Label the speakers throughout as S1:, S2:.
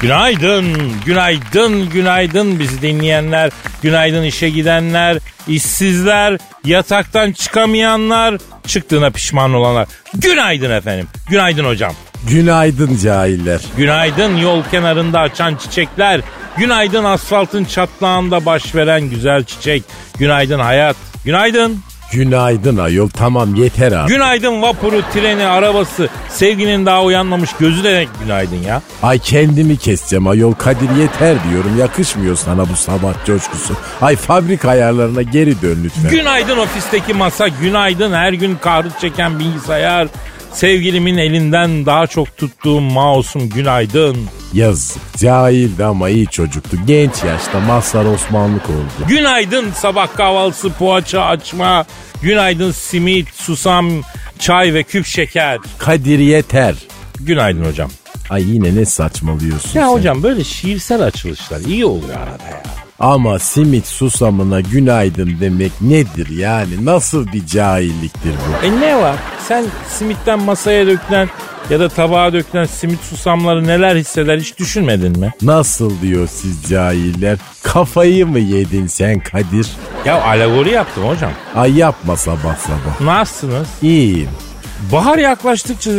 S1: Günaydın, günaydın, günaydın bizi dinleyenler, günaydın işe gidenler, işsizler, yataktan çıkamayanlar, çıktığına pişman olanlar. Günaydın efendim, günaydın hocam.
S2: Günaydın cahiller.
S1: Günaydın yol kenarında açan çiçekler, günaydın asfaltın çatlağında baş veren güzel çiçek, günaydın hayat, günaydın.
S2: Günaydın ayol tamam yeter abi.
S1: Günaydın vapuru, treni, arabası, sevginin daha uyanmamış gözü demek günaydın ya.
S2: Ay kendimi keseceğim ayol Kadir yeter diyorum yakışmıyor sana bu sabah coşkusu. Ay fabrika ayarlarına geri dön lütfen.
S1: Günaydın ofisteki masa, günaydın her gün kahrut çeken bilgisayar. Sevgilimin elinden daha çok tuttuğum mouse'um günaydın.
S2: Yazık cahildi ama iyi çocuktu. Genç yaşta Mazhar Osmanlık oldu.
S1: Günaydın sabah kahvaltısı poğaça açma. Günaydın simit, susam, çay ve küp şeker.
S2: Kadir yeter.
S1: Günaydın hocam.
S2: Ay yine ne saçmalıyorsun
S1: Ya
S2: sen.
S1: hocam böyle şiirsel açılışlar iyi oluyor arada ya.
S2: Ama simit susamına günaydın demek nedir yani? Nasıl bir cahilliktir bu?
S1: E ne var? Sen simitten masaya dökülen ya da tabağa dökülen simit susamları neler hisseder hiç düşünmedin mi?
S2: Nasıl diyor siz cahiller? Kafayı mı yedin sen Kadir?
S1: Ya alegori yaptım hocam.
S2: Ay yapma sabah sabah.
S1: Nasılsınız?
S2: İyiyim.
S1: Bahar yaklaştıkça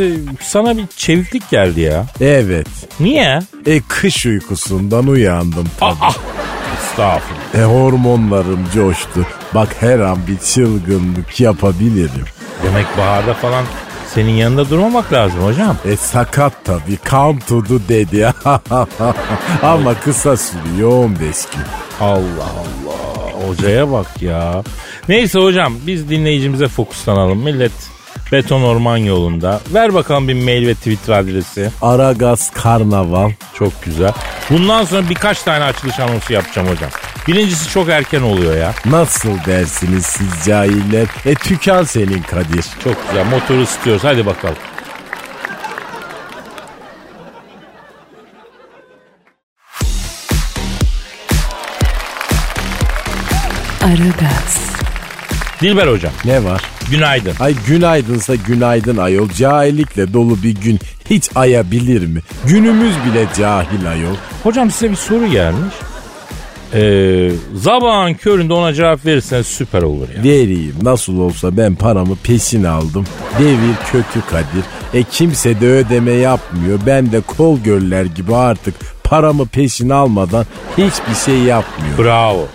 S1: sana bir çeviklik geldi ya.
S2: Evet.
S1: Niye?
S2: E kış uykusundan uyandım tabii.
S1: Aa! ah! Estağfurullah.
S2: E hormonlarım coştu. Bak her an bir çılgınlık yapabilirim.
S1: Demek baharda falan senin yanında durmamak lazım hocam.
S2: E sakat tabii. Come to the dedi. Ama kısa sürüyor 15 gün.
S1: Allah Allah. Hocaya bak ya. Neyse hocam biz dinleyicimize fokuslanalım. Millet beton orman yolunda. Ver bakalım bir mail ve Twitter adresi.
S2: Aragaz karnaval.
S1: Çok güzel. Bundan sonra birkaç tane açılış anonsu yapacağım hocam. Birincisi çok erken oluyor ya.
S2: Nasıl dersiniz siz cahiller? E tükan senin Kadir.
S1: Çok güzel. Motoru istiyoruz. Hadi bakalım.
S3: Aragaz,
S1: Dilber hocam.
S2: Ne var?
S1: Günaydın.
S2: Ay günaydınsa günaydın ayol. Cahillikle dolu bir gün hiç ayabilir mi? Günümüz bile cahil ayol.
S1: Hocam size bir soru gelmiş. Ee, sabahın köründe ona cevap verirseniz süper olur ya.
S2: Vereyim nasıl olsa ben paramı peşin aldım. Devir kötü Kadir. E kimse de ödeme yapmıyor. Ben de kol göller gibi artık paramı peşin almadan hiçbir şey yapmıyorum.
S1: Bravo.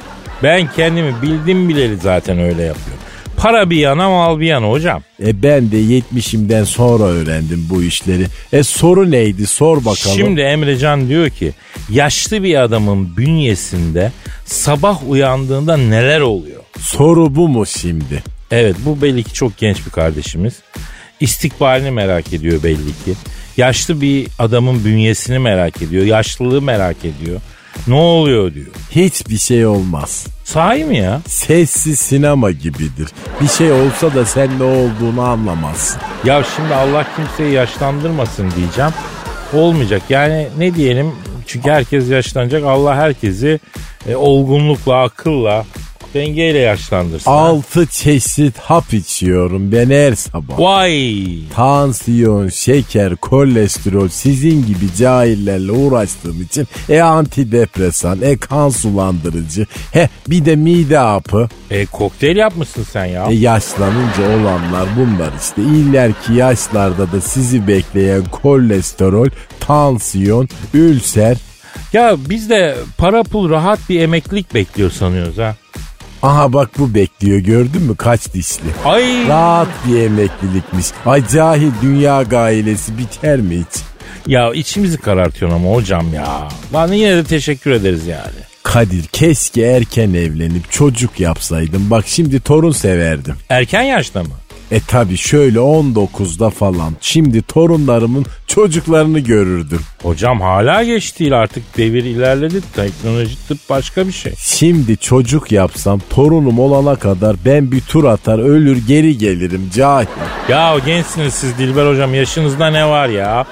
S1: Ben kendimi bildim bileli zaten öyle yapıyorum. Para bir yana mal bir yana hocam.
S2: E ben de 70'imden sonra öğrendim bu işleri. E soru neydi sor bakalım.
S1: Şimdi Emrecan diyor ki yaşlı bir adamın bünyesinde sabah uyandığında neler oluyor?
S2: Soru bu mu şimdi?
S1: Evet bu belli ki çok genç bir kardeşimiz. İstikbalini merak ediyor belli ki. Yaşlı bir adamın bünyesini merak ediyor. Yaşlılığı merak ediyor. Ne oluyor diyor.
S2: Hiçbir şey olmaz.
S1: Sahi mi ya?
S2: Sessiz sinema gibidir. Bir şey olsa da sen ne olduğunu anlamazsın.
S1: Ya şimdi Allah kimseyi yaşlandırmasın diyeceğim. Olmayacak. Yani ne diyelim? Çünkü herkes yaşlanacak. Allah herkesi e, olgunlukla, akılla Dengeyle yaşlandırsın.
S2: Altı çeşit hap içiyorum ben her sabah.
S1: Vay.
S2: Tansiyon, şeker, kolesterol sizin gibi cahillerle uğraştığım için e antidepresan, e kan sulandırıcı, he bir de mide hapı.
S1: E kokteyl yapmışsın sen ya.
S2: E yaşlanınca olanlar bunlar işte. İllerki yaşlarda da sizi bekleyen kolesterol, tansiyon, ülser.
S1: Ya biz de para pul rahat bir emeklilik bekliyor sanıyoruz ha.
S2: Aha bak bu bekliyor gördün mü kaç dişli.
S1: Ay
S2: Rahat bir emeklilikmiş. Ay cahil dünya gailesi biter mi hiç?
S1: ya içimizi karartıyorsun ama hocam ya. Bana yine de teşekkür ederiz yani.
S2: Kadir keşke erken evlenip çocuk yapsaydım. Bak şimdi torun severdim.
S1: Erken yaşta mı?
S2: E tabi şöyle 19'da falan. Şimdi torunlarımın çocuklarını görürdüm.
S1: Hocam hala geç değil artık devir ilerledi. Teknoloji tıp başka bir şey.
S2: Şimdi çocuk yapsam torunum olana kadar ben bir tur atar ölür geri gelirim cahil.
S1: Ya gençsiniz siz Dilber hocam yaşınızda ne var ya?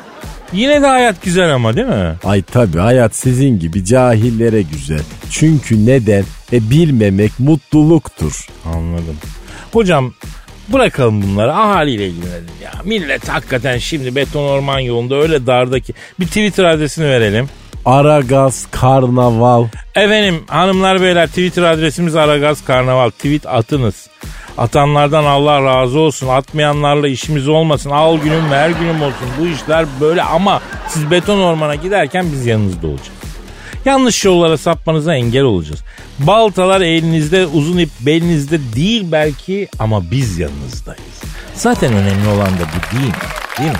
S1: Yine de hayat güzel ama değil mi?
S2: Ay tabi hayat sizin gibi cahillere güzel. Çünkü neden? E bilmemek mutluluktur.
S1: Anladım. Hocam bırakalım bunları ahaliyle ilgilenelim ya. Millet hakikaten şimdi beton orman yolunda öyle dardaki bir Twitter adresini verelim.
S2: Aragaz, karnaval.
S1: Efendim hanımlar beyler Twitter adresimiz Aragaz Karnaval. Tweet atınız. Atanlardan Allah razı olsun. Atmayanlarla işimiz olmasın. Al günüm ver günüm olsun. Bu işler böyle ama siz beton ormana giderken biz yanınızda olacağız. Yanlış yollara sapmanıza engel olacağız. Baltalar elinizde, uzun ip belinizde değil belki ama biz yanınızdayız. Zaten önemli olan da bu değil mi? Değil mi?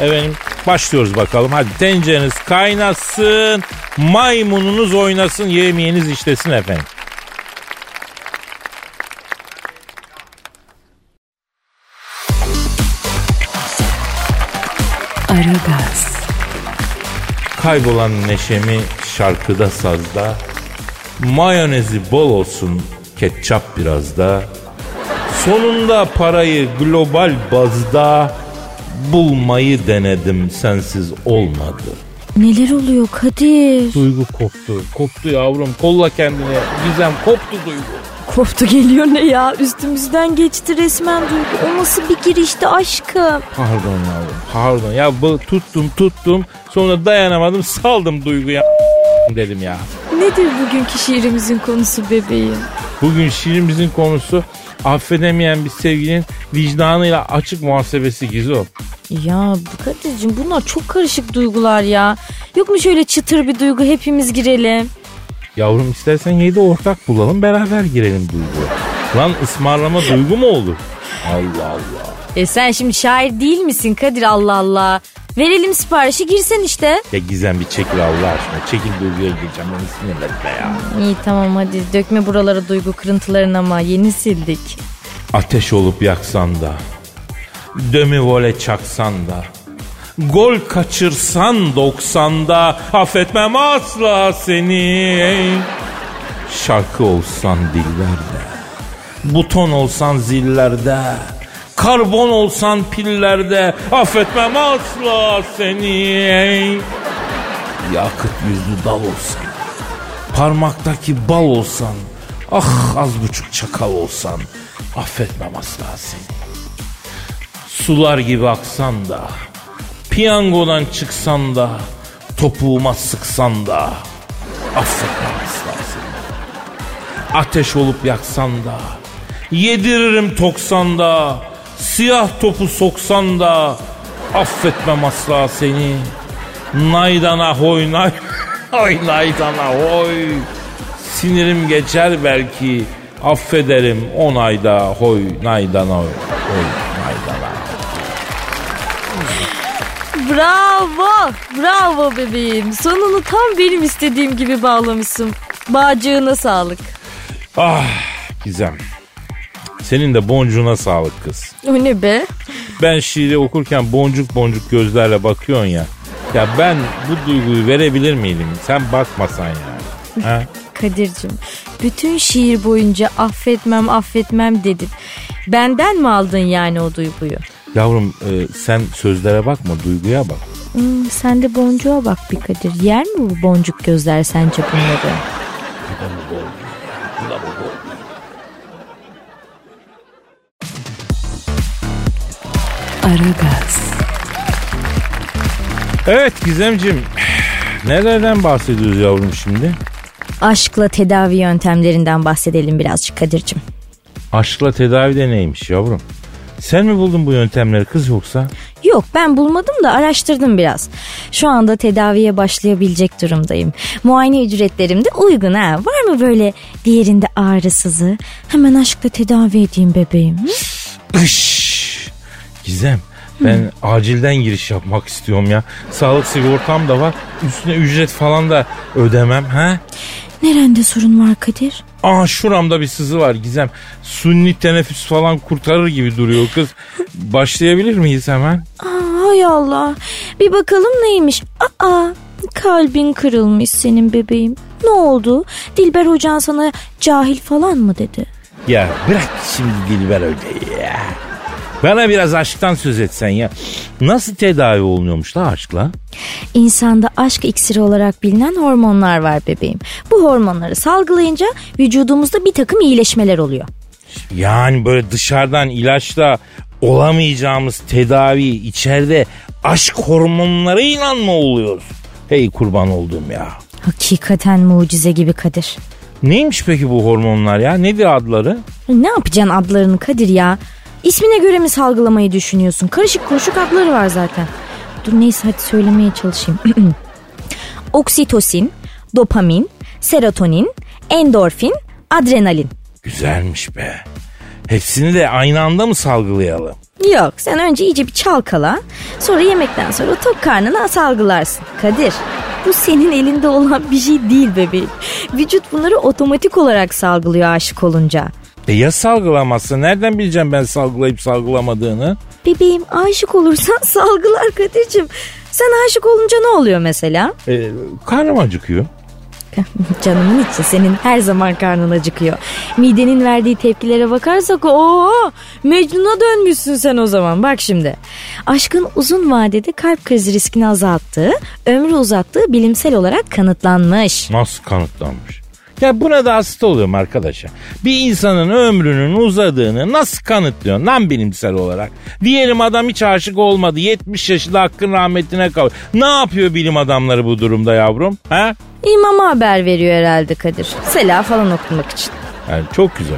S1: Efendim başlıyoruz bakalım. Hadi tencereniz kaynasın, maymununuz oynasın, yemeğiniz işlesin efendim.
S3: Aragaz,
S1: Kaybolan neşemi şarkıda sazda, mayonezi bol olsun, ketçap biraz da. Sonunda parayı global bazda bulmayı denedim sensiz olmadı.
S4: Neler oluyor Kadir?
S1: Duygu koptu. Koptu yavrum. Kolla kendini. Gizem koptu duygu.
S4: Koptu geliyor ne ya? Üstümüzden geçti resmen duygu. O nasıl bir girişti aşkım?
S1: Pardon yavrum pardon. Ya bu tuttum tuttum sonra dayanamadım saldım duyguya dedim ya.
S4: Nedir bugünkü şiirimizin konusu bebeğim?
S1: Bugün şiirimizin konusu affedemeyen bir sevginin vicdanıyla açık muhasebesi Gizo.
S4: Ya bu Kadir'cim bunlar çok karışık duygular ya. Yok mu şöyle çıtır bir duygu hepimiz girelim?
S1: Yavrum istersen yedi ortak bulalım beraber girelim duygu. Lan ısmarlama duygu mu olur? Allah Allah.
S4: E sen şimdi şair değil misin Kadir Allah Allah? Verelim siparişi girsen işte.
S1: Ya Gizem bir çekil Allah aşkına. Çekil duyguya gireceğim onu sinirletme ya.
S4: İyi tamam hadi dökme buralara duygu kırıntılarını ama yeni sildik.
S1: Ateş olup yaksan da, dömi vole çaksan da, gol kaçırsan 90'da affetmem asla seni. Şarkı olsan dillerde, buton olsan zillerde, karbon olsan pillerde affetmem asla seni. Yakıt yüzlü dal olsan, Parmaktaki bal olsan, ah az buçuk çakal olsan, affetmem asla seni. Sular gibi aksan da, piyangodan çıksan da, topuğuma sıksan da, affetmem asla seni. Ateş olup yaksan da, yediririm toksan da, siyah topu soksan da, affetmem asla seni. Naydana hoy nay, oy naydana hoy. Sinirim geçer belki, affederim on ayda hoy naydana hoy, hoy naydana.
S4: Bravo, bravo bebeğim. Sonunu tam benim istediğim gibi bağlamışsın. Bağcığına sağlık.
S1: Ah Gizem. Senin de boncuğuna sağlık kız.
S4: O ne be?
S1: Ben şiiri okurken boncuk boncuk gözlerle bakıyorsun ya. Ya ben bu duyguyu verebilir miydim? Sen bakmasan yani. Ha?
S4: Kadir'cim bütün şiir boyunca affetmem affetmem dedin. Benden mi aldın yani o duyguyu?
S1: Yavrum e, sen sözlere bakma duyguya bak.
S4: Hmm, sen de boncuğa bak bir Kadir. Yer mi bu boncuk gözler sence bunları?
S3: Aragaz,
S1: Evet Gizemcim. Nelerden bahsediyoruz yavrum şimdi?
S4: Aşkla tedavi yöntemlerinden bahsedelim birazcık Kadir'cim.
S1: Aşkla tedavi de neymiş yavrum? Sen mi buldun bu yöntemleri kız yoksa?
S4: Yok ben bulmadım da araştırdım biraz. Şu anda tedaviye başlayabilecek durumdayım. Muayene ücretlerim de uygun ha. Var mı böyle diğerinde ağrısızı? Hemen aşkla tedavi edeyim bebeğim. Hı?
S1: Iş. Gizem ben acilden giriş yapmak istiyorum ya. Sağlık sigortam da var. Üstüne ücret falan da ödemem ha.
S4: Nerende sorun var Kadir?
S1: Aa şuramda bir sızı var Gizem. Sunni teneffüs falan kurtarır gibi duruyor kız. Başlayabilir miyiz hemen?
S4: Aa, hay Allah. Bir bakalım neymiş? Aa kalbin kırılmış senin bebeğim. Ne oldu? Dilber hocan sana cahil falan mı dedi?
S1: Ya bırak şimdi Dilber Hoca'yı ya. Bana biraz aşktan söz etsen ya. Nasıl tedavi olunuyormuş la aşkla?
S4: İnsanda aşk iksiri olarak bilinen hormonlar var bebeğim. Bu hormonları salgılayınca vücudumuzda bir takım iyileşmeler oluyor.
S1: Yani böyle dışarıdan ilaçla olamayacağımız tedavi içeride aşk hormonlarıyla mı oluyoruz? Hey kurban oldum ya.
S4: Hakikaten mucize gibi Kadir.
S1: Neymiş peki bu hormonlar ya? Nedir adları?
S4: Ne yapacaksın adlarını Kadir ya? İsmine göre mi salgılamayı düşünüyorsun? Karışık koşuk adları var zaten. Dur neyse hadi söylemeye çalışayım. Oksitosin, dopamin, serotonin, endorfin, adrenalin.
S1: Güzelmiş be. Hepsini de aynı anda mı salgılayalım?
S4: Yok sen önce iyice bir çalkala sonra yemekten sonra tok karnına salgılarsın. Kadir bu senin elinde olan bir şey değil bebeğim. Vücut bunları otomatik olarak salgılıyor aşık olunca.
S1: E ya salgılamazsa nereden bileceğim ben salgılayıp salgılamadığını?
S4: Bebeğim aşık olursan salgılar Kadir'cim. Sen aşık olunca ne oluyor mesela?
S1: E, karnım acıkıyor.
S4: Canımın içi senin her zaman karnın acıkıyor. Midenin verdiği tepkilere bakarsak ooo Mecnun'a dönmüşsün sen o zaman bak şimdi. Aşkın uzun vadede kalp krizi riskini azalttığı, ömrü uzattığı bilimsel olarak kanıtlanmış.
S1: Nasıl kanıtlanmış? Ya buna da hasta oluyorum arkadaşa. Bir insanın ömrünün uzadığını nasıl kanıtlıyor lan bilimsel olarak? Diyelim adam hiç aşık olmadı. 70 yaşında hakkın rahmetine kavuştu. Ne yapıyor bilim adamları bu durumda yavrum? Ha?
S4: İmama haber veriyor herhalde Kadir. Sela falan okumak için.
S1: Yani çok güzel.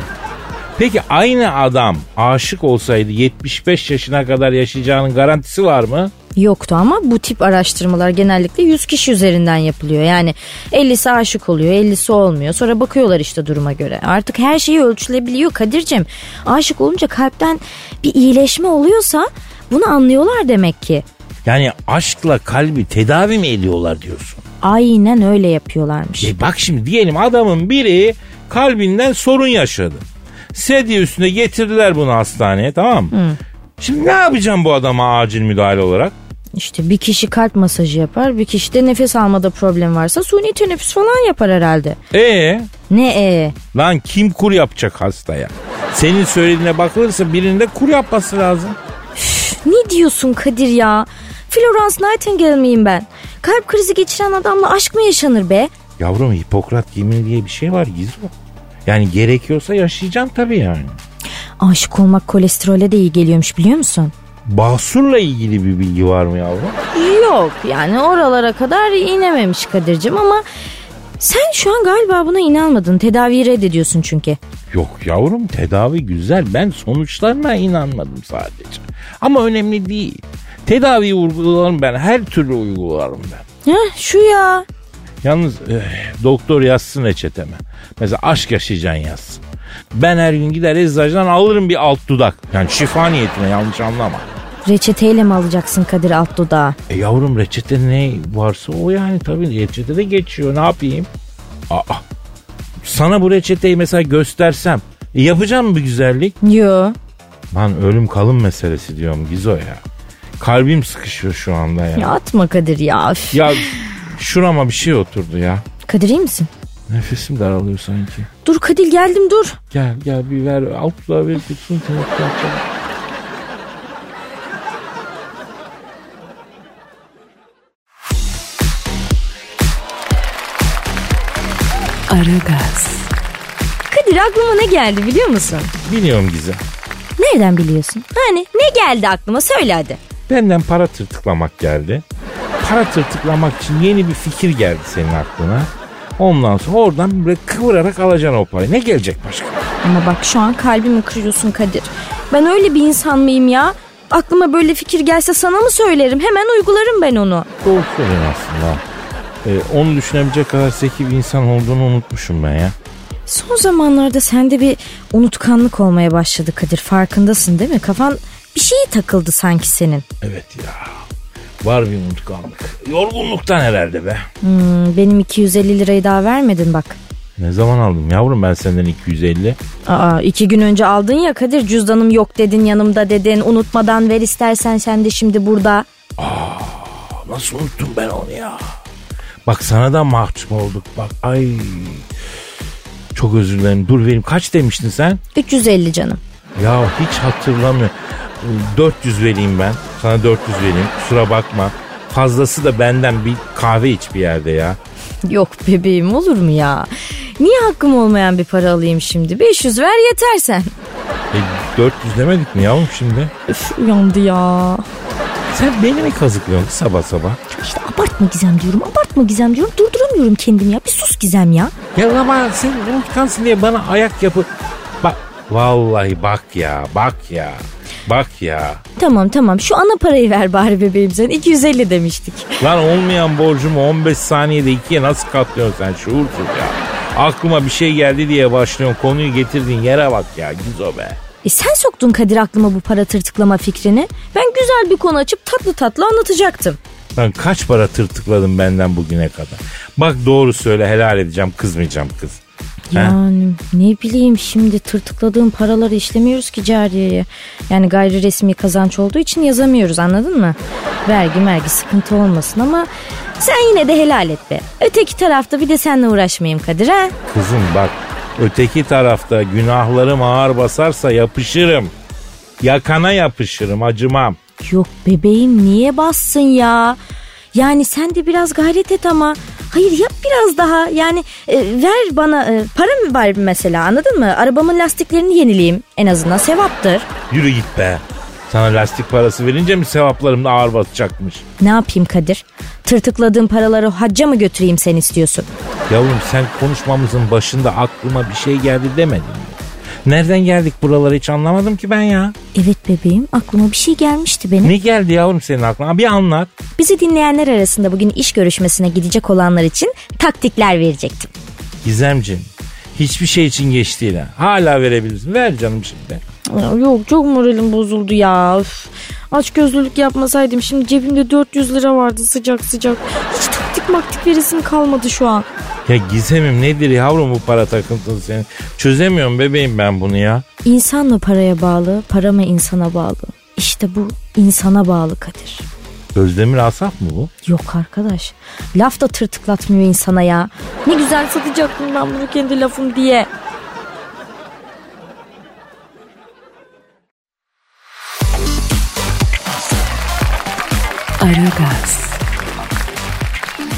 S1: Peki aynı adam aşık olsaydı 75 yaşına kadar yaşayacağının garantisi var mı?
S4: Yoktu ama bu tip araştırmalar genellikle 100 kişi üzerinden yapılıyor. Yani 50'si aşık oluyor, 50'si olmuyor. Sonra bakıyorlar işte duruma göre. Artık her şeyi ölçülebiliyor Kadir'cim. Aşık olunca kalpten bir iyileşme oluyorsa bunu anlıyorlar demek ki.
S1: Yani aşkla kalbi tedavi mi ediyorlar diyorsun?
S4: Aynen öyle yapıyorlarmış.
S1: E bak şimdi diyelim adamın biri kalbinden sorun yaşadı. Sedye üstüne getirdiler bunu hastaneye tamam mı? Şimdi ne yapacağım bu adama acil müdahale olarak?
S4: İşte bir kişi kalp masajı yapar, bir kişi de nefes almada problem varsa suni teneffüs falan yapar herhalde.
S1: E
S4: Ne e?
S1: lan kim kur yapacak hastaya? Senin söylediğine bakılırsa birinin de kur yapması lazım.
S4: Ne diyorsun Kadir ya? Florence Nightingale miyim ben? Kalp krizi geçiren adamla aşk mı yaşanır be?
S1: Yavrum Hipokrat yemini diye bir şey var Gizmo. Yani gerekiyorsa yaşayacağım tabii yani.
S4: Aşık olmak kolesterole de iyi geliyormuş biliyor musun?
S1: Basurla ilgili bir bilgi var mı yavrum?
S4: Yok yani oralara kadar inememiş Kadir'cim ama sen şu an galiba buna inanmadın. Tedaviyi reddediyorsun çünkü.
S1: Yok yavrum tedavi güzel. Ben sonuçlarına inanmadım sadece. Ama önemli değil. Tedaviyi uygularım ben. Her türlü uygularım ben.
S4: Heh, şu ya.
S1: Yalnız eh, doktor yazsın reçeteme. Mesela aşk yaşayacaksın yazsın. Ben her gün gider eczacıdan alırım bir alt dudak. Yani şifa niyetine yanlış anlama.
S4: Reçeteyle mi alacaksın Kadir alt dudağı?
S1: E yavrum reçete ne varsa o yani tabii reçetede geçiyor ne yapayım? Aa, sana bu reçeteyi mesela göstersem e, yapacağım mı bir güzellik?
S4: Yo.
S1: Lan ölüm kalım meselesi diyorum Gizo ya. Kalbim sıkışıyor şu anda ya.
S4: Ya
S1: Ya,
S4: atma Kadir ya. Üf.
S1: şurama bir şey oturdu ya.
S4: Kadir iyi misin?
S1: Nefesim daralıyor sanki.
S4: Dur Kadir geldim dur.
S1: Gel gel bir ver alt ver bir tutsun teneffüs yapacağım.
S3: Aragaz,
S4: Kadir aklıma ne geldi biliyor musun?
S1: Biliyorum Gizo.
S4: Ne? Nereden biliyorsun? Hani ne geldi aklıma söyle hadi.
S1: Benden para tırtıklamak geldi. Para tırtıklamak için yeni bir fikir geldi senin aklına. Ondan sonra oradan böyle kıvırarak alacaksın o parayı. Ne gelecek başka?
S4: Ama bak şu an kalbimi kırıyorsun Kadir. Ben öyle bir insan mıyım ya? Aklıma böyle fikir gelse sana mı söylerim? Hemen uygularım ben onu.
S1: Doğru söylüyorsun aslında. Ee, onu düşünebilecek kadar zeki bir insan olduğunu unutmuşum ben ya.
S4: Son zamanlarda sende bir unutkanlık olmaya başladı Kadir. Farkındasın değil mi? Kafan bir şeye takıldı sanki senin.
S1: Evet ya. Var bir unutkanlık. Yorgunluktan herhalde be.
S4: Hmm, benim 250 lirayı daha vermedin bak.
S1: Ne zaman aldım yavrum ben senden 250?
S4: Aa iki gün önce aldın ya Kadir cüzdanım yok dedin yanımda dedin unutmadan ver istersen sen de şimdi burada.
S1: Nasıl unuttum ben onu ya? Bak sana da mahcup olduk bak. Ay. Çok özür dilerim. Dur vereyim. Kaç demiştin sen?
S4: 350 canım.
S1: Ya hiç hatırlamıyorum. 400 vereyim ben. Sana 400 vereyim. Kusura bakma. Fazlası da benden bir kahve iç bir yerde ya.
S4: Yok bebeğim olur mu ya? Niye hakkım olmayan bir para alayım şimdi? 500 ver yeter sen.
S1: E, 400 demedik mi yavrum şimdi?
S4: Üf uyandı ya.
S1: Sen beni mi kazıklıyorsun sabah sabah?
S4: İşte abartma Gizem diyorum abartma Gizem diyorum durduramıyorum kendimi ya. Bir sus Gizem ya.
S1: Ya ama sen unutkansın diye bana ayak yapı... Bak vallahi bak ya bak ya bak ya.
S4: Tamam tamam şu ana parayı ver bari bebeğim sen 250 demiştik.
S1: Lan olmayan borcumu 15 saniyede ikiye nasıl katlıyorsun sen şuursuz ya. Aklıma bir şey geldi diye başlıyorsun konuyu getirdiğin yere bak ya Gizo be.
S4: E sen soktun Kadir aklıma bu para tırtıklama fikrini. Ben güzel bir konu açıp tatlı tatlı anlatacaktım.
S1: Lan kaç para tırtıkladın benden bugüne kadar. Bak doğru söyle helal edeceğim kızmayacağım kız. He?
S4: Yani ne bileyim şimdi tırtıkladığım paraları işlemiyoruz ki cariyeye. Yani gayri resmi kazanç olduğu için yazamıyoruz anladın mı? Vergi mergi sıkıntı olmasın ama sen yine de helal et be. Öteki tarafta bir de seninle uğraşmayayım Kadir ha.
S1: Kızım bak öteki tarafta günahlarım ağır basarsa yapışırım. Yakana yapışırım acımam.
S4: Yok bebeğim niye bassın ya? Yani sen de biraz gayret et ama. Hayır yap biraz daha. Yani e, ver bana e, para mı var mesela anladın mı? Arabamın lastiklerini yenileyim. En azından sevaptır.
S1: Yürü git be. Sana lastik parası verince mi sevaplarım da ağır basacakmış?
S4: Ne yapayım Kadir? Tırtıkladığım paraları hacca mı götüreyim sen istiyorsun?
S1: Yavrum sen konuşmamızın başında aklıma bir şey geldi demedin mi? Nereden geldik buralara hiç anlamadım ki ben ya.
S4: Evet bebeğim aklıma bir şey gelmişti benim.
S1: Ne geldi yavrum senin aklına? Bir anlat.
S4: Bizi dinleyenler arasında bugün iş görüşmesine gidecek olanlar için taktikler verecektim.
S1: Gizemciğim hiçbir şey için geç değil ha. Hala verebilirsin. Ver canım şimdi.
S4: Yok çok moralim bozuldu ya. Aç gözlülük yapmasaydım şimdi cebimde 400 lira vardı sıcak sıcak. Hiç taktik maktik veresim kalmadı şu an.
S1: Ya Gizem'im nedir yavrum bu para takıntısı senin? Çözemiyorum bebeğim ben bunu ya.
S4: İnsan mı paraya bağlı, para mı insana bağlı? İşte bu insana bağlı Kadir.
S1: Özdemir Asaf mı bu?
S4: Yok arkadaş. Laf da tırtıklatmıyor insana ya. Ne güzel satacaktım ben bunu kendi lafım diye.
S3: Aragaz,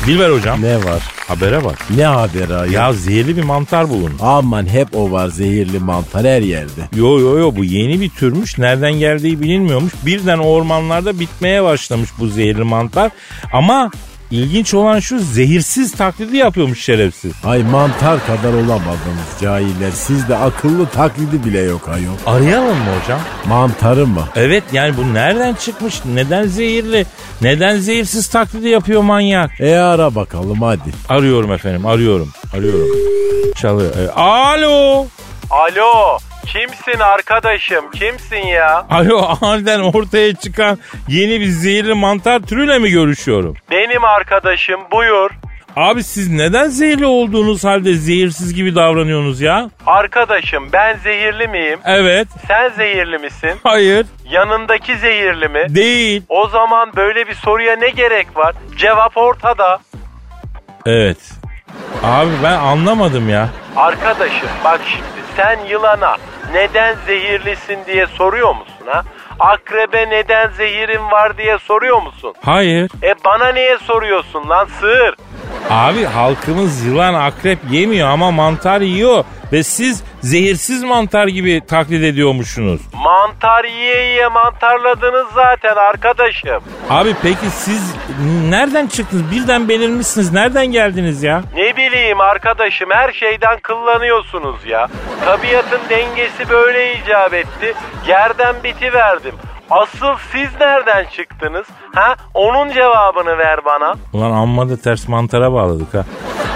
S1: Dilber hocam.
S2: Ne var?
S1: Habere bak.
S2: Ne haber ha ya?
S1: Ya zehirli bir mantar bulun.
S2: Aman hep o var zehirli mantar her yerde.
S1: Yo yo yo bu yeni bir türmüş. Nereden geldiği bilinmiyormuş. Birden ormanlarda bitmeye başlamış bu zehirli mantar. Ama ilginç olan şu zehirsiz taklidi yapıyormuş şerefsiz.
S2: Ay mantar kadar olamadınız cahiller. Sizde akıllı taklidi bile yok ayol.
S1: Arayalım mı hocam?
S2: Mantarı mı?
S1: Evet yani bu nereden çıkmış? Neden zehirli? Neden zehirsiz taklidi yapıyor manyak?
S2: E ara bakalım hadi.
S1: Arıyorum efendim arıyorum. Arıyorum. Çalıyor. Evet. Alo.
S5: Alo kimsin arkadaşım kimsin ya?
S1: Alo aniden ortaya çıkan yeni bir zehirli mantar türüyle mi görüşüyorum?
S5: Benim arkadaşım buyur.
S1: Abi siz neden zehirli olduğunuz halde zehirsiz gibi davranıyorsunuz ya?
S5: Arkadaşım ben zehirli miyim?
S1: Evet.
S5: Sen zehirli misin?
S1: Hayır.
S5: Yanındaki zehirli mi?
S1: Değil.
S5: O zaman böyle bir soruya ne gerek var? Cevap ortada.
S1: Evet. Abi ben anlamadım ya.
S5: Arkadaşım bak şimdi sen yılana neden zehirlisin diye soruyor musun ha? Akrebe neden zehirin var diye soruyor musun?
S1: Hayır.
S5: E bana niye soruyorsun lan sığır?
S1: Abi halkımız yılan akrep yemiyor ama mantar yiyor. Ve siz zehirsiz mantar gibi taklit ediyormuşsunuz.
S5: Mantar yiye yiye mantarladınız zaten arkadaşım.
S1: Abi peki siz nereden çıktınız? Birden belirmişsiniz. Nereden geldiniz ya?
S5: Ne bileyim arkadaşım her şeyden kıllanıyorsunuz ya. Tabiatın dengesi böyle icap etti. Yerden biti verdim. Asıl siz nereden çıktınız? Ha? Onun cevabını ver bana.
S1: Ulan amma da ters mantara bağladık ha.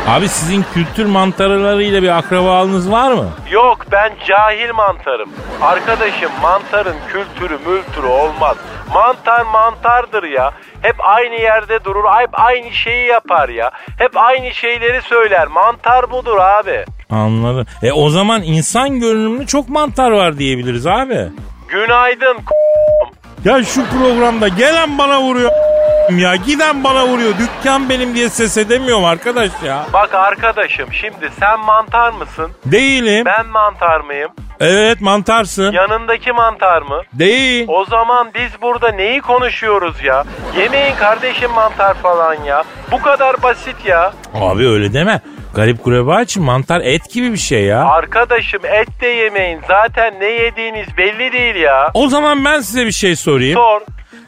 S1: Abi sizin kültür mantarlarıyla bir akrabalığınız var mı?
S5: Yok ben cahil mantarım. Arkadaşım mantarın kültürü mültürü olmaz. Mantar mantardır ya. Hep aynı yerde durur, hep aynı şeyi yapar ya. Hep aynı şeyleri söyler. Mantar budur abi.
S1: Anladım. E o zaman insan görünümlü çok mantar var diyebiliriz abi.
S5: Günaydın
S1: Ya şu programda gelen bana vuruyor ya giden bana vuruyor dükkan benim diye ses edemiyorum arkadaş ya.
S5: Bak arkadaşım şimdi sen mantar mısın?
S1: Değilim.
S5: Ben mantar mıyım?
S1: Evet mantarsın.
S5: Yanındaki mantar mı?
S1: Değil.
S5: O zaman biz burada neyi konuşuyoruz ya? Yemeğin kardeşim mantar falan ya. Bu kadar basit ya.
S1: Abi öyle deme. Garip kureba için mantar et gibi bir şey ya.
S5: Arkadaşım et de yemeyin. Zaten ne yediğiniz belli değil ya.
S1: O zaman ben size bir şey sorayım.
S5: Sor.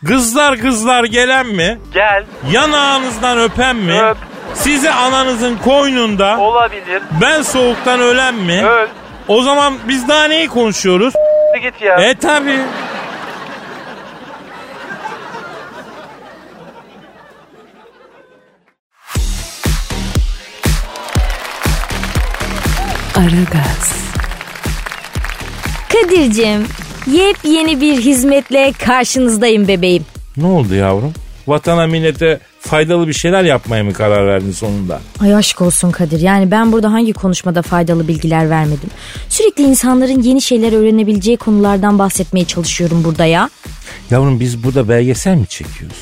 S1: Kızlar kızlar gelen mi?
S5: Gel.
S1: Yanağınızdan öpen mi?
S5: Öp.
S1: Sizi ananızın koynunda
S5: Olabilir.
S1: ben soğuktan ölen mi?
S5: Öl.
S1: O zaman biz daha neyi konuşuyoruz?
S5: Git ya.
S1: E tabi.
S3: Aragaz,
S4: Kadir'cim yepyeni bir hizmetle karşınızdayım bebeğim.
S1: Ne oldu yavrum? Vatana millete faydalı bir şeyler yapmaya mı karar verdin sonunda?
S4: Ay aşk olsun Kadir yani ben burada hangi konuşmada faydalı bilgiler vermedim. Sürekli insanların yeni şeyler öğrenebileceği konulardan bahsetmeye çalışıyorum burada ya.
S1: Yavrum biz burada belgesel mi çekiyoruz?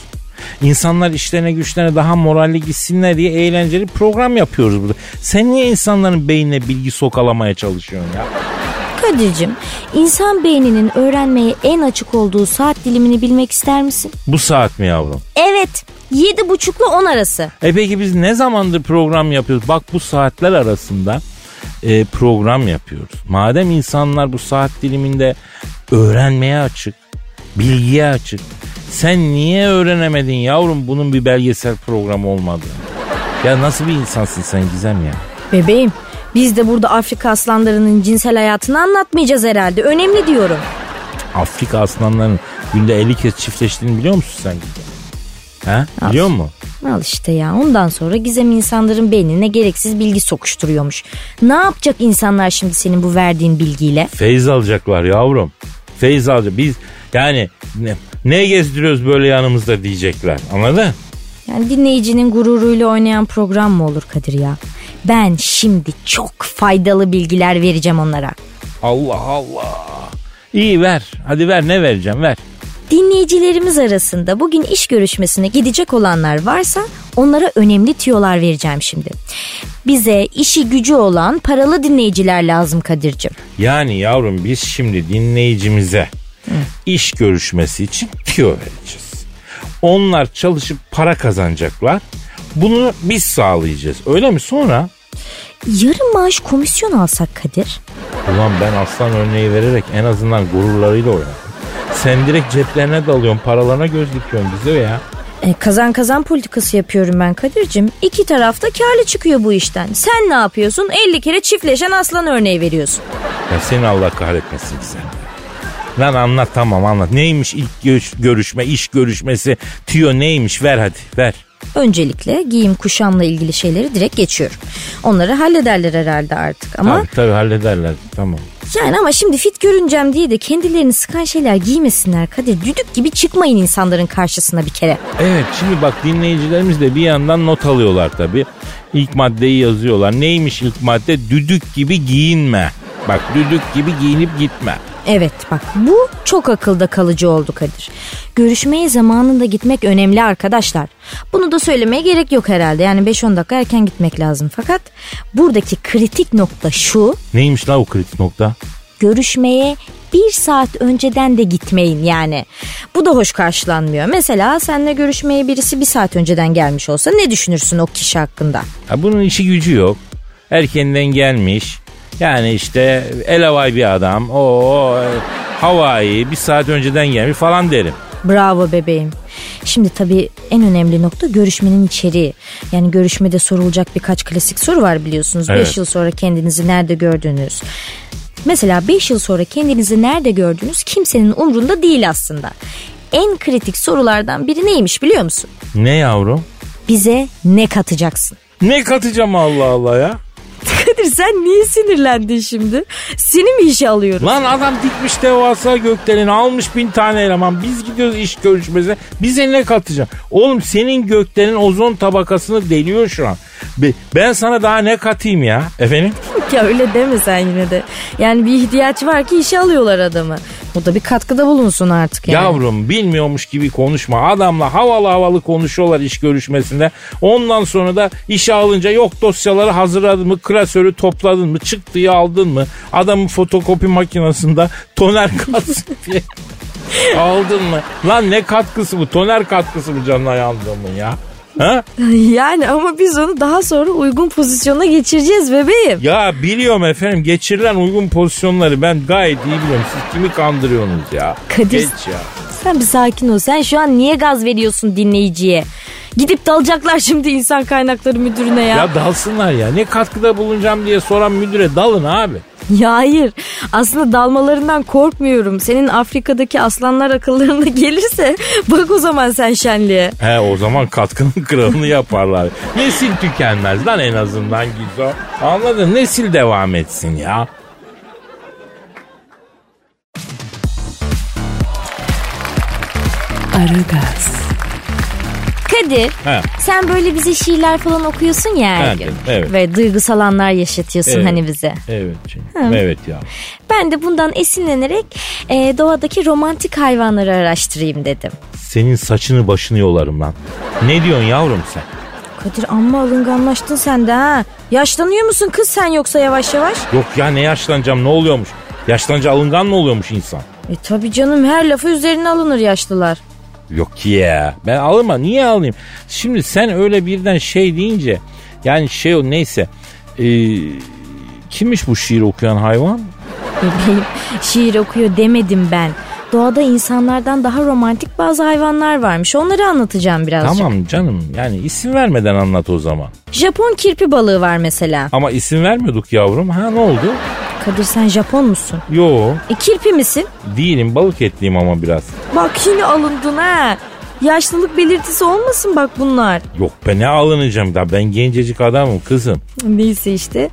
S1: İnsanlar işlerine güçlerine daha moralli gitsinler diye eğlenceli program yapıyoruz burada. Sen niye insanların beynine bilgi sokalamaya çalışıyorsun ya?
S4: Kadir'cim insan beyninin öğrenmeye en açık olduğu saat dilimini bilmek ister misin?
S1: Bu saat mi yavrum?
S4: Evet yedi buçukla on arası.
S1: E peki biz ne zamandır program yapıyoruz? Bak bu saatler arasında e, program yapıyoruz. Madem insanlar bu saat diliminde öğrenmeye açık, bilgiye açık. Sen niye öğrenemedin yavrum bunun bir belgesel programı olmadı? Ya nasıl bir insansın sen Gizem ya?
S4: Bebeğim biz de burada Afrika aslanlarının cinsel hayatını anlatmayacağız herhalde önemli diyorum.
S1: Afrika aslanlarının günde 50 kez çiftleştiğini biliyor musun sen Gizem? He? Biliyor musun?
S4: Al işte ya ondan sonra Gizem insanların beynine gereksiz bilgi sokuşturuyormuş. Ne yapacak insanlar şimdi senin bu verdiğin bilgiyle?
S1: Feyz alacaklar yavrum. Feyz alacak. Biz yani ne, ne gezdiriyoruz böyle yanımızda diyecekler. Anladın?
S4: Yani dinleyicinin gururuyla oynayan program mı olur Kadir ya? Ben şimdi çok faydalı bilgiler vereceğim onlara.
S1: Allah Allah. İyi ver. Hadi ver ne vereceğim ver.
S4: Dinleyicilerimiz arasında bugün iş görüşmesine gidecek olanlar varsa onlara önemli tüyolar vereceğim şimdi. Bize işi gücü olan paralı dinleyiciler lazım Kadir'cim.
S1: Yani yavrum biz şimdi dinleyicimize iş görüşmesi için tüyo vereceğiz. Onlar çalışıp para kazanacaklar. Bunu biz sağlayacağız. Öyle mi sonra?
S4: Yarım maaş komisyon alsak Kadir.
S1: Ulan ben aslan örneği vererek en azından gururlarıyla oynadım. Sen direkt ceplerine dalıyorsun, paralarına göz dikiyorsun bize ya.
S4: E, kazan kazan politikası yapıyorum ben Kadir'cim. İki tarafta karlı çıkıyor bu işten. Sen ne yapıyorsun? 50 kere çiftleşen aslan örneği veriyorsun.
S1: Ya seni Allah kahretmesin sen. Lan anlat tamam anlat. Neymiş ilk görüş- görüşme, iş görüşmesi, tüyo neymiş ver hadi ver.
S4: Öncelikle giyim kuşamla ilgili şeyleri direkt geçiyorum. Onları hallederler herhalde artık ama
S1: Tabii tabii hallederler tamam.
S4: yani ama şimdi fit görüneceğim diye de kendilerini sıkan şeyler giymesinler Kadir. Düdük gibi çıkmayın insanların karşısına bir kere.
S1: Evet şimdi bak dinleyicilerimiz de bir yandan not alıyorlar tabii. İlk maddeyi yazıyorlar. Neymiş ilk madde? Düdük gibi giyinme. Bak düdük gibi giyinip gitme.
S4: Evet bak bu çok akılda kalıcı oldu Kadir. Görüşmeye zamanında gitmek önemli arkadaşlar. Bunu da söylemeye gerek yok herhalde. Yani 5-10 dakika erken gitmek lazım. Fakat buradaki kritik nokta şu.
S1: Neymiş la o kritik nokta?
S4: Görüşmeye bir saat önceden de gitmeyin yani. Bu da hoş karşılanmıyor. Mesela seninle görüşmeye birisi bir saat önceden gelmiş olsa ne düşünürsün o kişi hakkında?
S1: Ha bunun işi gücü yok. Erkenden gelmiş. Yani işte elevay bir adam. O Hawaii bir saat önceden gelmiş falan derim.
S4: Bravo bebeğim. Şimdi tabii en önemli nokta görüşmenin içeriği. Yani görüşmede sorulacak birkaç klasik soru var biliyorsunuz. 5
S1: Evet.
S4: yıl sonra kendinizi nerede gördünüz? Mesela 5 yıl sonra kendinizi nerede gördünüz kimsenin umrunda değil aslında. En kritik sorulardan biri neymiş biliyor musun?
S1: Ne yavrum?
S4: Bize ne katacaksın?
S1: Ne katacağım Allah Allah ya?
S4: Kadir sen niye sinirlendin şimdi? Seni mi işe alıyorum?
S1: Lan adam dikmiş devasa gökdeleni almış bin tane eleman. Biz gidiyoruz iş görüşmesine. Bize ne katacaksın? Oğlum senin gökdelenin ozon tabakasını deliyor şu an. Be- Ben sana daha ne katayım ya? Efendim?
S4: Ya öyle deme sen yine de. Yani bir ihtiyaç var ki işe alıyorlar adamı. O da bir katkıda bulunsun artık yani.
S1: Yavrum bilmiyormuş gibi konuşma. Adamla havalı havalı konuşuyorlar iş görüşmesinde. Ondan sonra da işe alınca yok dosyaları hazırladın mı, klasörü topladın mı, çıktıyı aldın mı, adamın fotokopi makinesinde toner katkısı diye aldın mı? Lan ne katkısı bu? Toner katkısı bu canına yandığımın ya. Ha?
S4: Yani ama biz onu daha sonra uygun pozisyona geçireceğiz bebeğim.
S1: Ya biliyorum efendim geçirilen uygun pozisyonları ben gayet iyi biliyorum. Siz kimi kandırıyorsunuz ya?
S4: Kadir-
S1: Geç ya.
S4: Sen bir sakin ol. Sen şu an niye gaz veriyorsun dinleyiciye? Gidip dalacaklar şimdi insan kaynakları müdürüne ya.
S1: Ya dalsınlar ya. Ne katkıda bulunacağım diye soran müdüre dalın abi.
S4: Ya hayır. Aslında dalmalarından korkmuyorum. Senin Afrika'daki aslanlar akıllarına gelirse bak o zaman sen şenliğe.
S1: He o zaman katkının kralını yaparlar. Nesil tükenmez lan en azından Gizo. Anladın nesil devam etsin ya.
S3: Aragaz,
S4: Kadir
S1: He.
S4: sen böyle bize şiirler falan okuyorsun ya her
S1: Ben
S4: gün.
S1: de, evet.
S4: Ve duygusal anlar yaşatıyorsun
S1: Evet.
S4: hani bize.
S1: Evet canım. Evet ya.
S4: Ben de bundan esinlenerek e, doğadaki romantik hayvanları araştırayım dedim.
S1: Senin saçını başını yolarım lan. Ne diyorsun yavrum sen?
S4: Kadir amma alınganlaştın sen de ha. Yaşlanıyor musun kız sen yoksa yavaş yavaş?
S1: Yok ya ne yaşlanacağım ne oluyormuş? Yaşlanınca alıngan mı oluyormuş insan?
S4: E tabi canım her lafı üzerine alınır yaşlılar.
S1: Yok ki ya. Ben alıma niye alayım? Şimdi sen öyle birden şey deyince yani şey o neyse. Ee, kimmiş bu şiir okuyan hayvan?
S4: Bebeğim şiir okuyor demedim ben. Doğada insanlardan daha romantik bazı hayvanlar varmış. Onları anlatacağım birazcık.
S1: Tamam canım yani isim vermeden anlat o zaman.
S4: Japon kirpi balığı var mesela.
S1: Ama isim vermiyorduk yavrum. Ha ne oldu?
S4: Kadir sen Japon musun?
S1: Yo
S4: E kirpi misin?
S1: değilim balık etliyim ama biraz.
S4: Bak yine alındın ha. Yaşlılık belirtisi olmasın bak bunlar.
S1: Yok be ne alınacağım da ben gencecik adamım kızım.
S4: Neyse işte.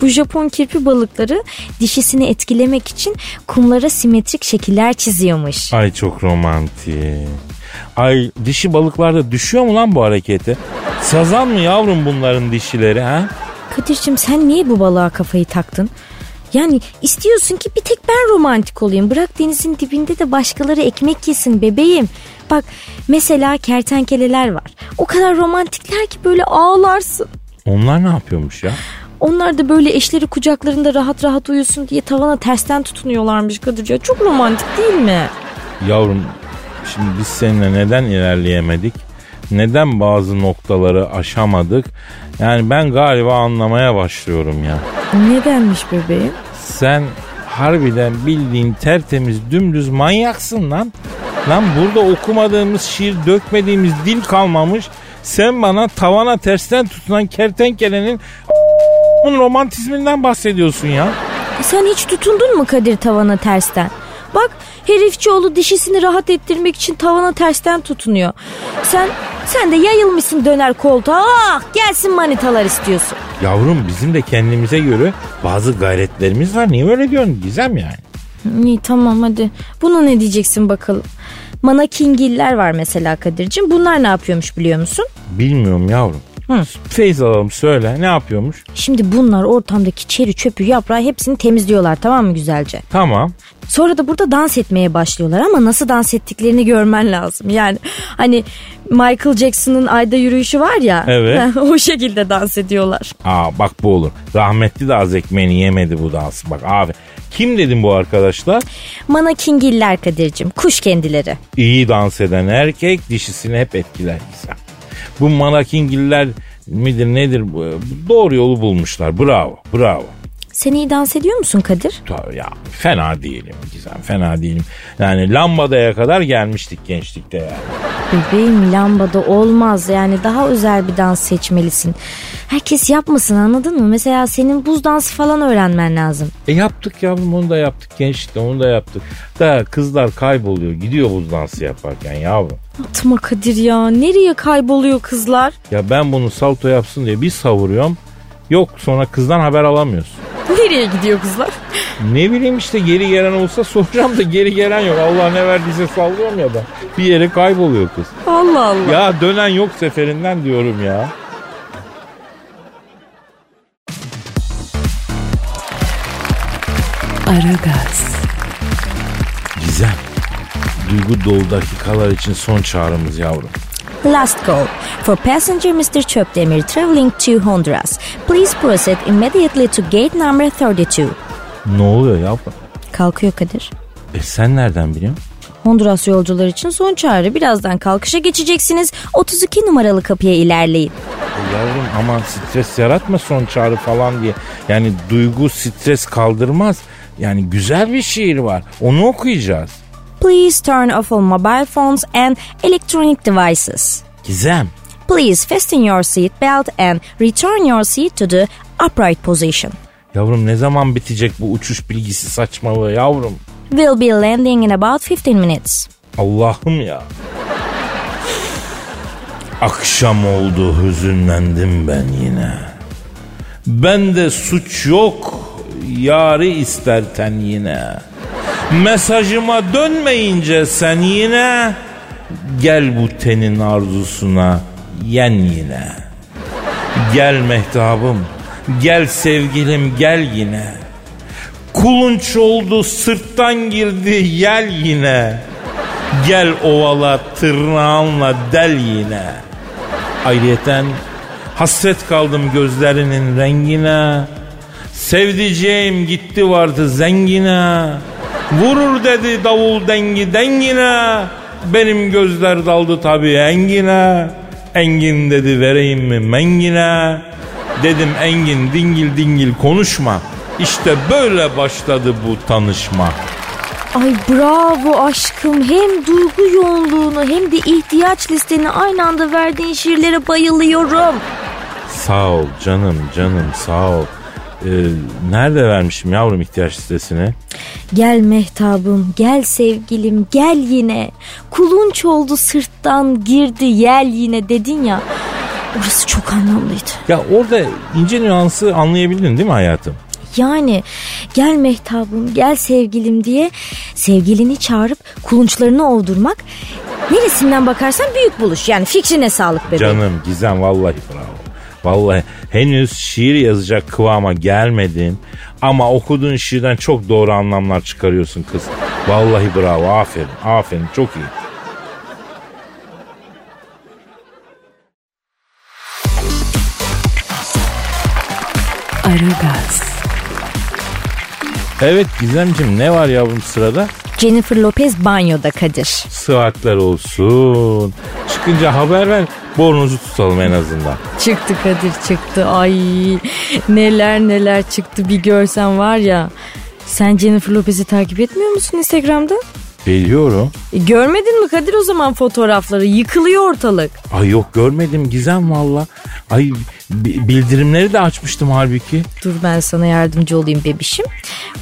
S4: Bu Japon kirpi balıkları dişisini etkilemek için kumlara simetrik şekiller çiziyormuş.
S1: Ay çok romantik. Ay dişi balıklarda düşüyor mu lan bu hareketi? Sazan mı yavrum bunların dişileri ha?
S4: Kadir'cim sen niye bu balığa kafayı taktın? Yani istiyorsun ki bir tek ben romantik olayım. Bırak denizin dibinde de başkaları ekmek yesin bebeğim. Bak mesela kertenkeleler var. O kadar romantikler ki böyle ağlarsın.
S1: Onlar ne yapıyormuş ya?
S4: Onlar da böyle eşleri kucaklarında rahat rahat uyusun diye tavana tersten tutunuyorlarmış Kadir. Ya çok romantik değil mi?
S1: Yavrum şimdi biz seninle neden ilerleyemedik? Neden bazı noktaları aşamadık? Yani ben galiba anlamaya başlıyorum ya.
S4: Nedenmiş bebeğim?
S1: Sen harbiden bildiğin tertemiz dümdüz manyaksın lan. Lan burada okumadığımız şiir, dökmediğimiz dil kalmamış. Sen bana tavana tersten tutulan kertenkelenin romantizminden bahsediyorsun ya.
S4: Sen hiç tutundun mu Kadir tavana tersten? Bak herifçioğlu dişisini rahat ettirmek için tavana tersten tutunuyor. Sen sen de yayılmışsın döner koltuğa. Ah gelsin manitalar istiyorsun.
S1: Yavrum bizim de kendimize göre bazı gayretlerimiz var. Niye böyle diyorsun Gizem yani?
S4: İyi tamam hadi. Buna ne diyeceksin bakalım. Manakingiller var mesela Kadir'cim. Bunlar ne yapıyormuş biliyor musun?
S1: Bilmiyorum yavrum.
S4: Hı.
S1: Feyz alalım söyle ne yapıyormuş?
S4: Şimdi bunlar ortamdaki çeri çöpü yaprağı hepsini temizliyorlar tamam mı güzelce?
S1: Tamam.
S4: Sonra da burada dans etmeye başlıyorlar ama nasıl dans ettiklerini görmen lazım. Yani hani Michael Jackson'ın ayda yürüyüşü var ya.
S1: Evet.
S4: o şekilde dans ediyorlar.
S1: Aa bak bu olur. Rahmetli de az ekmeğini yemedi bu dansı. Bak abi kim dedim bu arkadaşlar?
S4: Manakingiller Kadir'cim kuş kendileri.
S1: İyi dans eden erkek dişisini hep etkiler insan. Bu manakingiller midir nedir bu- doğru yolu bulmuşlar. Bravo bravo.
S4: Sen iyi dans ediyor musun Kadir?
S1: Ta- ya fena değilim Gizem fena değilim. Yani lambadaya kadar gelmiştik gençlikte yani.
S4: Bebeğim lambada olmaz yani daha özel bir dans seçmelisin. Herkes yapmasın anladın mı? Mesela senin buz dansı falan öğrenmen lazım.
S1: E yaptık yavrum onu da yaptık gençlikte onu da yaptık. Da kızlar kayboluyor gidiyor buz dansı yaparken yavrum.
S4: Atma Kadir ya nereye kayboluyor kızlar?
S1: Ya ben bunu salto yapsın diye bir savuruyorum. Yok sonra kızdan haber alamıyorsun.
S4: Nereye gidiyor kızlar?
S1: Ne bileyim işte geri gelen olsa soracağım da geri gelen yok. Allah ne verdiyse sallıyorum ya da. Bir yere kayboluyor kız.
S4: Allah Allah.
S1: Ya dönen yok seferinden diyorum ya.
S3: Aragaz,
S1: Gizem. Duygu dolu dakikalar için son çağrımız yavrum.
S4: Last call. For passenger Mr. Çöpdemir traveling to Honduras. Please proceed immediately to gate number 32.
S1: Ne oluyor yavrum?
S4: Kalkıyor Kadir.
S1: E sen nereden biliyorsun?
S4: Honduras yolcular için son çağrı. Birazdan kalkışa geçeceksiniz. 32 numaralı kapıya ilerleyin.
S1: E yavrum aman stres yaratma son çağrı falan diye. Yani duygu stres kaldırmaz. Yani güzel bir şiir var. Onu okuyacağız.
S4: Please turn off all mobile phones and electronic devices.
S1: Gizem.
S4: Please fasten your seat belt and return your seat to the upright position.
S1: Yavrum ne zaman bitecek bu uçuş bilgisi saçmalığı yavrum?
S4: We'll be landing in about 15 minutes.
S1: Allah'ım ya. Akşam oldu hüzünlendim ben yine. Ben de suç yok yarı isterten yine. Mesajıma dönmeyince sen yine gel bu tenin arzusuna yen yine. Gel mehtabım, gel sevgilim gel yine. Kulunç oldu sırttan girdi yel yine. Gel ovala tırnağınla del yine. Ayrıyeten hasret kaldım gözlerinin rengine. Sevdiceğim gitti vardı zengine. Vurur dedi davul dengi dengine. Benim gözler daldı tabi engine. Engin dedi vereyim mi mengine. Dedim Engin dingil dingil konuşma. İşte böyle başladı bu tanışma.
S4: Ay bravo aşkım. Hem duygu yoğunluğunu hem de ihtiyaç listeni aynı anda verdiğin şiirlere bayılıyorum.
S1: Sağ ol canım canım sağ ol. Ee, nerede vermişim yavrum ihtiyaç listesini?
S4: Gel mehtabım, gel sevgilim, gel yine. Kulunç oldu sırttan girdi yel yine dedin ya. Orası çok anlamlıydı.
S1: Ya orada ince nüansı anlayabildin değil mi hayatım?
S4: Yani gel mehtabım, gel sevgilim diye sevgilini çağırıp kulunçlarını ovdurmak neresinden bakarsan büyük buluş. Yani fikrine sağlık bebeğim.
S1: Canım Gizem vallahi bravo. Vallahi henüz şiir yazacak kıvama gelmedin ama okuduğun şiirden çok doğru anlamlar çıkarıyorsun kız. Vallahi bravo aferin aferin çok iyi.
S3: Aragaz,
S1: Evet Gizemciğim ne var yavrum sırada?
S4: Jennifer Lopez banyoda Kadir.
S1: Sıhhatler olsun. Çıkınca haber ver bornunuzu tutalım en azından.
S4: Çıktı Kadir çıktı. Ay neler neler çıktı bir görsen var ya. Sen Jennifer Lopez'i takip etmiyor musun Instagram'da?
S1: Biliyorum.
S4: E, görmedin mi Kadir o zaman fotoğrafları? Yıkılıyor ortalık.
S1: Ay yok görmedim Gizem valla. Ay bi- bildirimleri de açmıştım halbuki.
S4: Dur ben sana yardımcı olayım bebişim.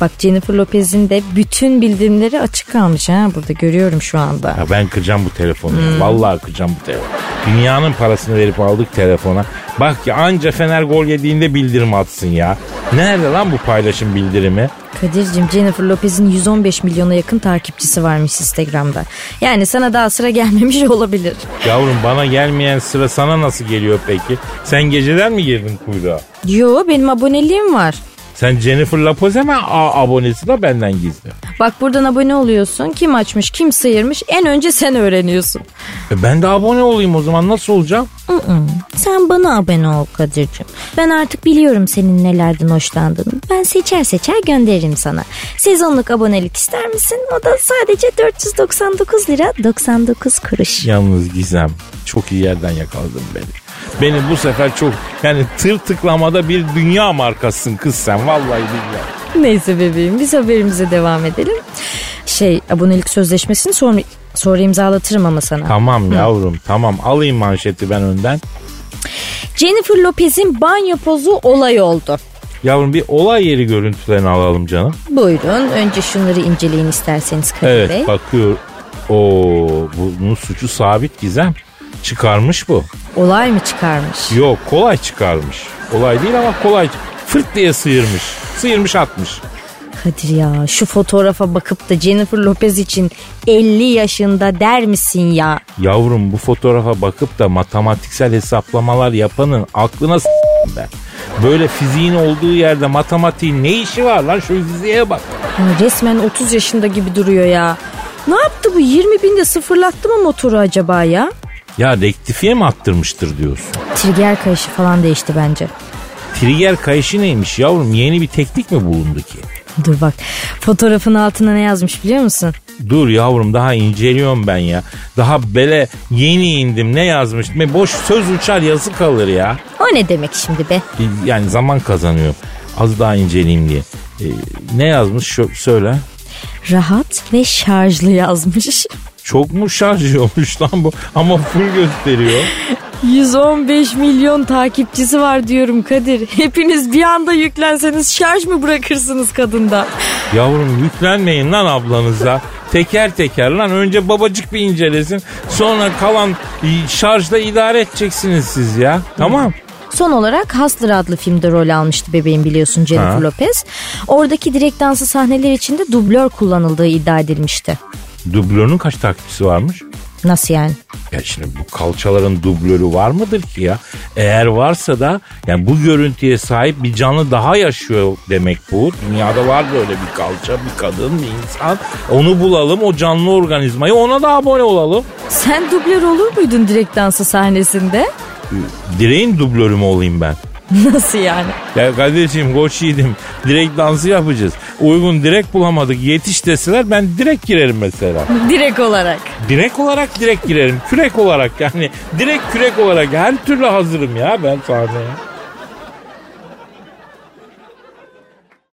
S4: Bak Jennifer Lopez'in de bütün bildirimleri açık kalmış ha burada görüyorum şu anda.
S1: Ya ben kıracağım bu telefonu. ya. Vallahi kıracağım bu telefonu. Dünyanın parasını verip aldık telefona. Bak ya anca Fener gol yediğinde bildirim atsın ya. Nerede lan bu paylaşım bildirimi?
S4: Kadir'cim Jennifer Lopez'in 115 milyona yakın takipçisi varmış Instagram'da. Yani sana daha sıra gelmemiş olabilir.
S1: Yavrum bana gelmeyen sıra sana nasıl geliyor peki? Sen geceden mi girdin kuyruğa?
S4: Yo benim aboneliğim var.
S1: Sen Jennifer Lopez hemen A abonesi de benden gizli.
S4: Bak buradan abone oluyorsun. Kim açmış, kim sıyırmış en önce sen öğreniyorsun.
S1: E ben de abone olayım o zaman nasıl olacağım?
S4: Sen bana abone ol Kadir'cim. Ben artık biliyorum senin nelerden hoşlandığını. Ben seçer seçer gönderirim sana. Sezonluk abonelik ister misin? O da sadece 499 lira 99 kuruş.
S1: Yalnız Gizem çok iyi yerden yakaladın beni. Beni bu sefer çok yani tır tıklamada bir dünya markasısın kız sen vallahi billahi.
S4: Neyse bebeğim biz haberimize devam edelim. Şey abonelik sözleşmesini sonra, sonra imzalatırım ama sana.
S1: Tamam yavrum tamam alayım manşeti ben önden.
S4: Jennifer Lopez'in banyo pozu olay oldu.
S1: Yavrum bir olay yeri görüntülerini alalım canım.
S4: Buyurun önce şunları inceleyin isterseniz Kadir
S1: Evet
S4: Bey.
S1: bakıyor. Oo bunun suçu sabit gizem. Çıkarmış bu.
S4: Olay mı çıkarmış?
S1: Yok kolay çıkarmış. Olay değil ama kolay. Fırt diye sıyırmış. Sıyırmış atmış.
S4: Kadir ya şu fotoğrafa bakıp da Jennifer Lopez için 50 yaşında der misin ya?
S1: Yavrum bu fotoğrafa bakıp da matematiksel hesaplamalar yapanın aklına s- ben. Böyle fiziğin olduğu yerde matematiğin ne işi var lan şu fiziğe bak.
S4: Ya resmen 30 yaşında gibi duruyor ya. Ne yaptı bu 20 binde sıfırlattı mı motoru acaba ya?
S1: Ya rektifiye mi attırmıştır diyorsun.
S4: Trigger kayışı falan değişti bence.
S1: Trigger kayışı neymiş yavrum yeni bir teknik mi bulundu ki?
S4: Dur bak fotoğrafın altına ne yazmış biliyor musun?
S1: Dur yavrum daha inceliyorum ben ya. Daha bele yeni indim ne yazmış. Me- Boş söz uçar yazı kalır ya.
S4: O ne demek şimdi be?
S1: Bir- Yani zaman kazanıyorum. Az daha inceleyeyim diye. Ee, ne yazmış Şö- söyle.
S4: Rahat ve şarjlı yazmış.
S1: Çok mu şarjıyormuş lan bu? Ama full gösteriyor.
S4: 115 milyon takipçisi var diyorum Kadir. Hepiniz bir anda yüklenseniz şarj mı bırakırsınız kadında?
S1: Yavrum yüklenmeyin lan ablanıza. Teker teker lan önce babacık bir incelesin. Sonra kalan e, şarjla idare edeceksiniz siz ya. Tamam.
S4: Son olarak Hustler adlı filmde rol almıştı bebeğim biliyorsun Jennifer
S1: Ha.
S4: Lopez. Oradaki direkt dansı sahneler içinde dublör kullanıldığı iddia edilmişti.
S1: Dublörün kaç takipçisi varmış?
S4: Nasıl yani?
S1: Ya şimdi bu kalçaların dublörü var mıdır ki ya? Eğer varsa da yani bu görüntüye sahip bir canlı daha yaşıyor demek bu. Dünyada var böyle bir kalça, bir kadın, bir insan. Onu bulalım, o canlı organizmayı ona da abone olalım.
S4: Sen dublör olur muydun direkt dansı sahnesinde?
S1: Direğin dublörü mü olayım ben?
S4: Nasıl yani?
S1: Ya kardeşim koç yiğidim. Direkt dansı yapacağız. Uygun direkt bulamadık. Yetiş deseler ben direkt girerim mesela.
S4: Direkt olarak.
S1: Direkt olarak direkt girerim. Kürek olarak yani. Direkt kürek olarak. Her türlü hazırım ya ben sahneye.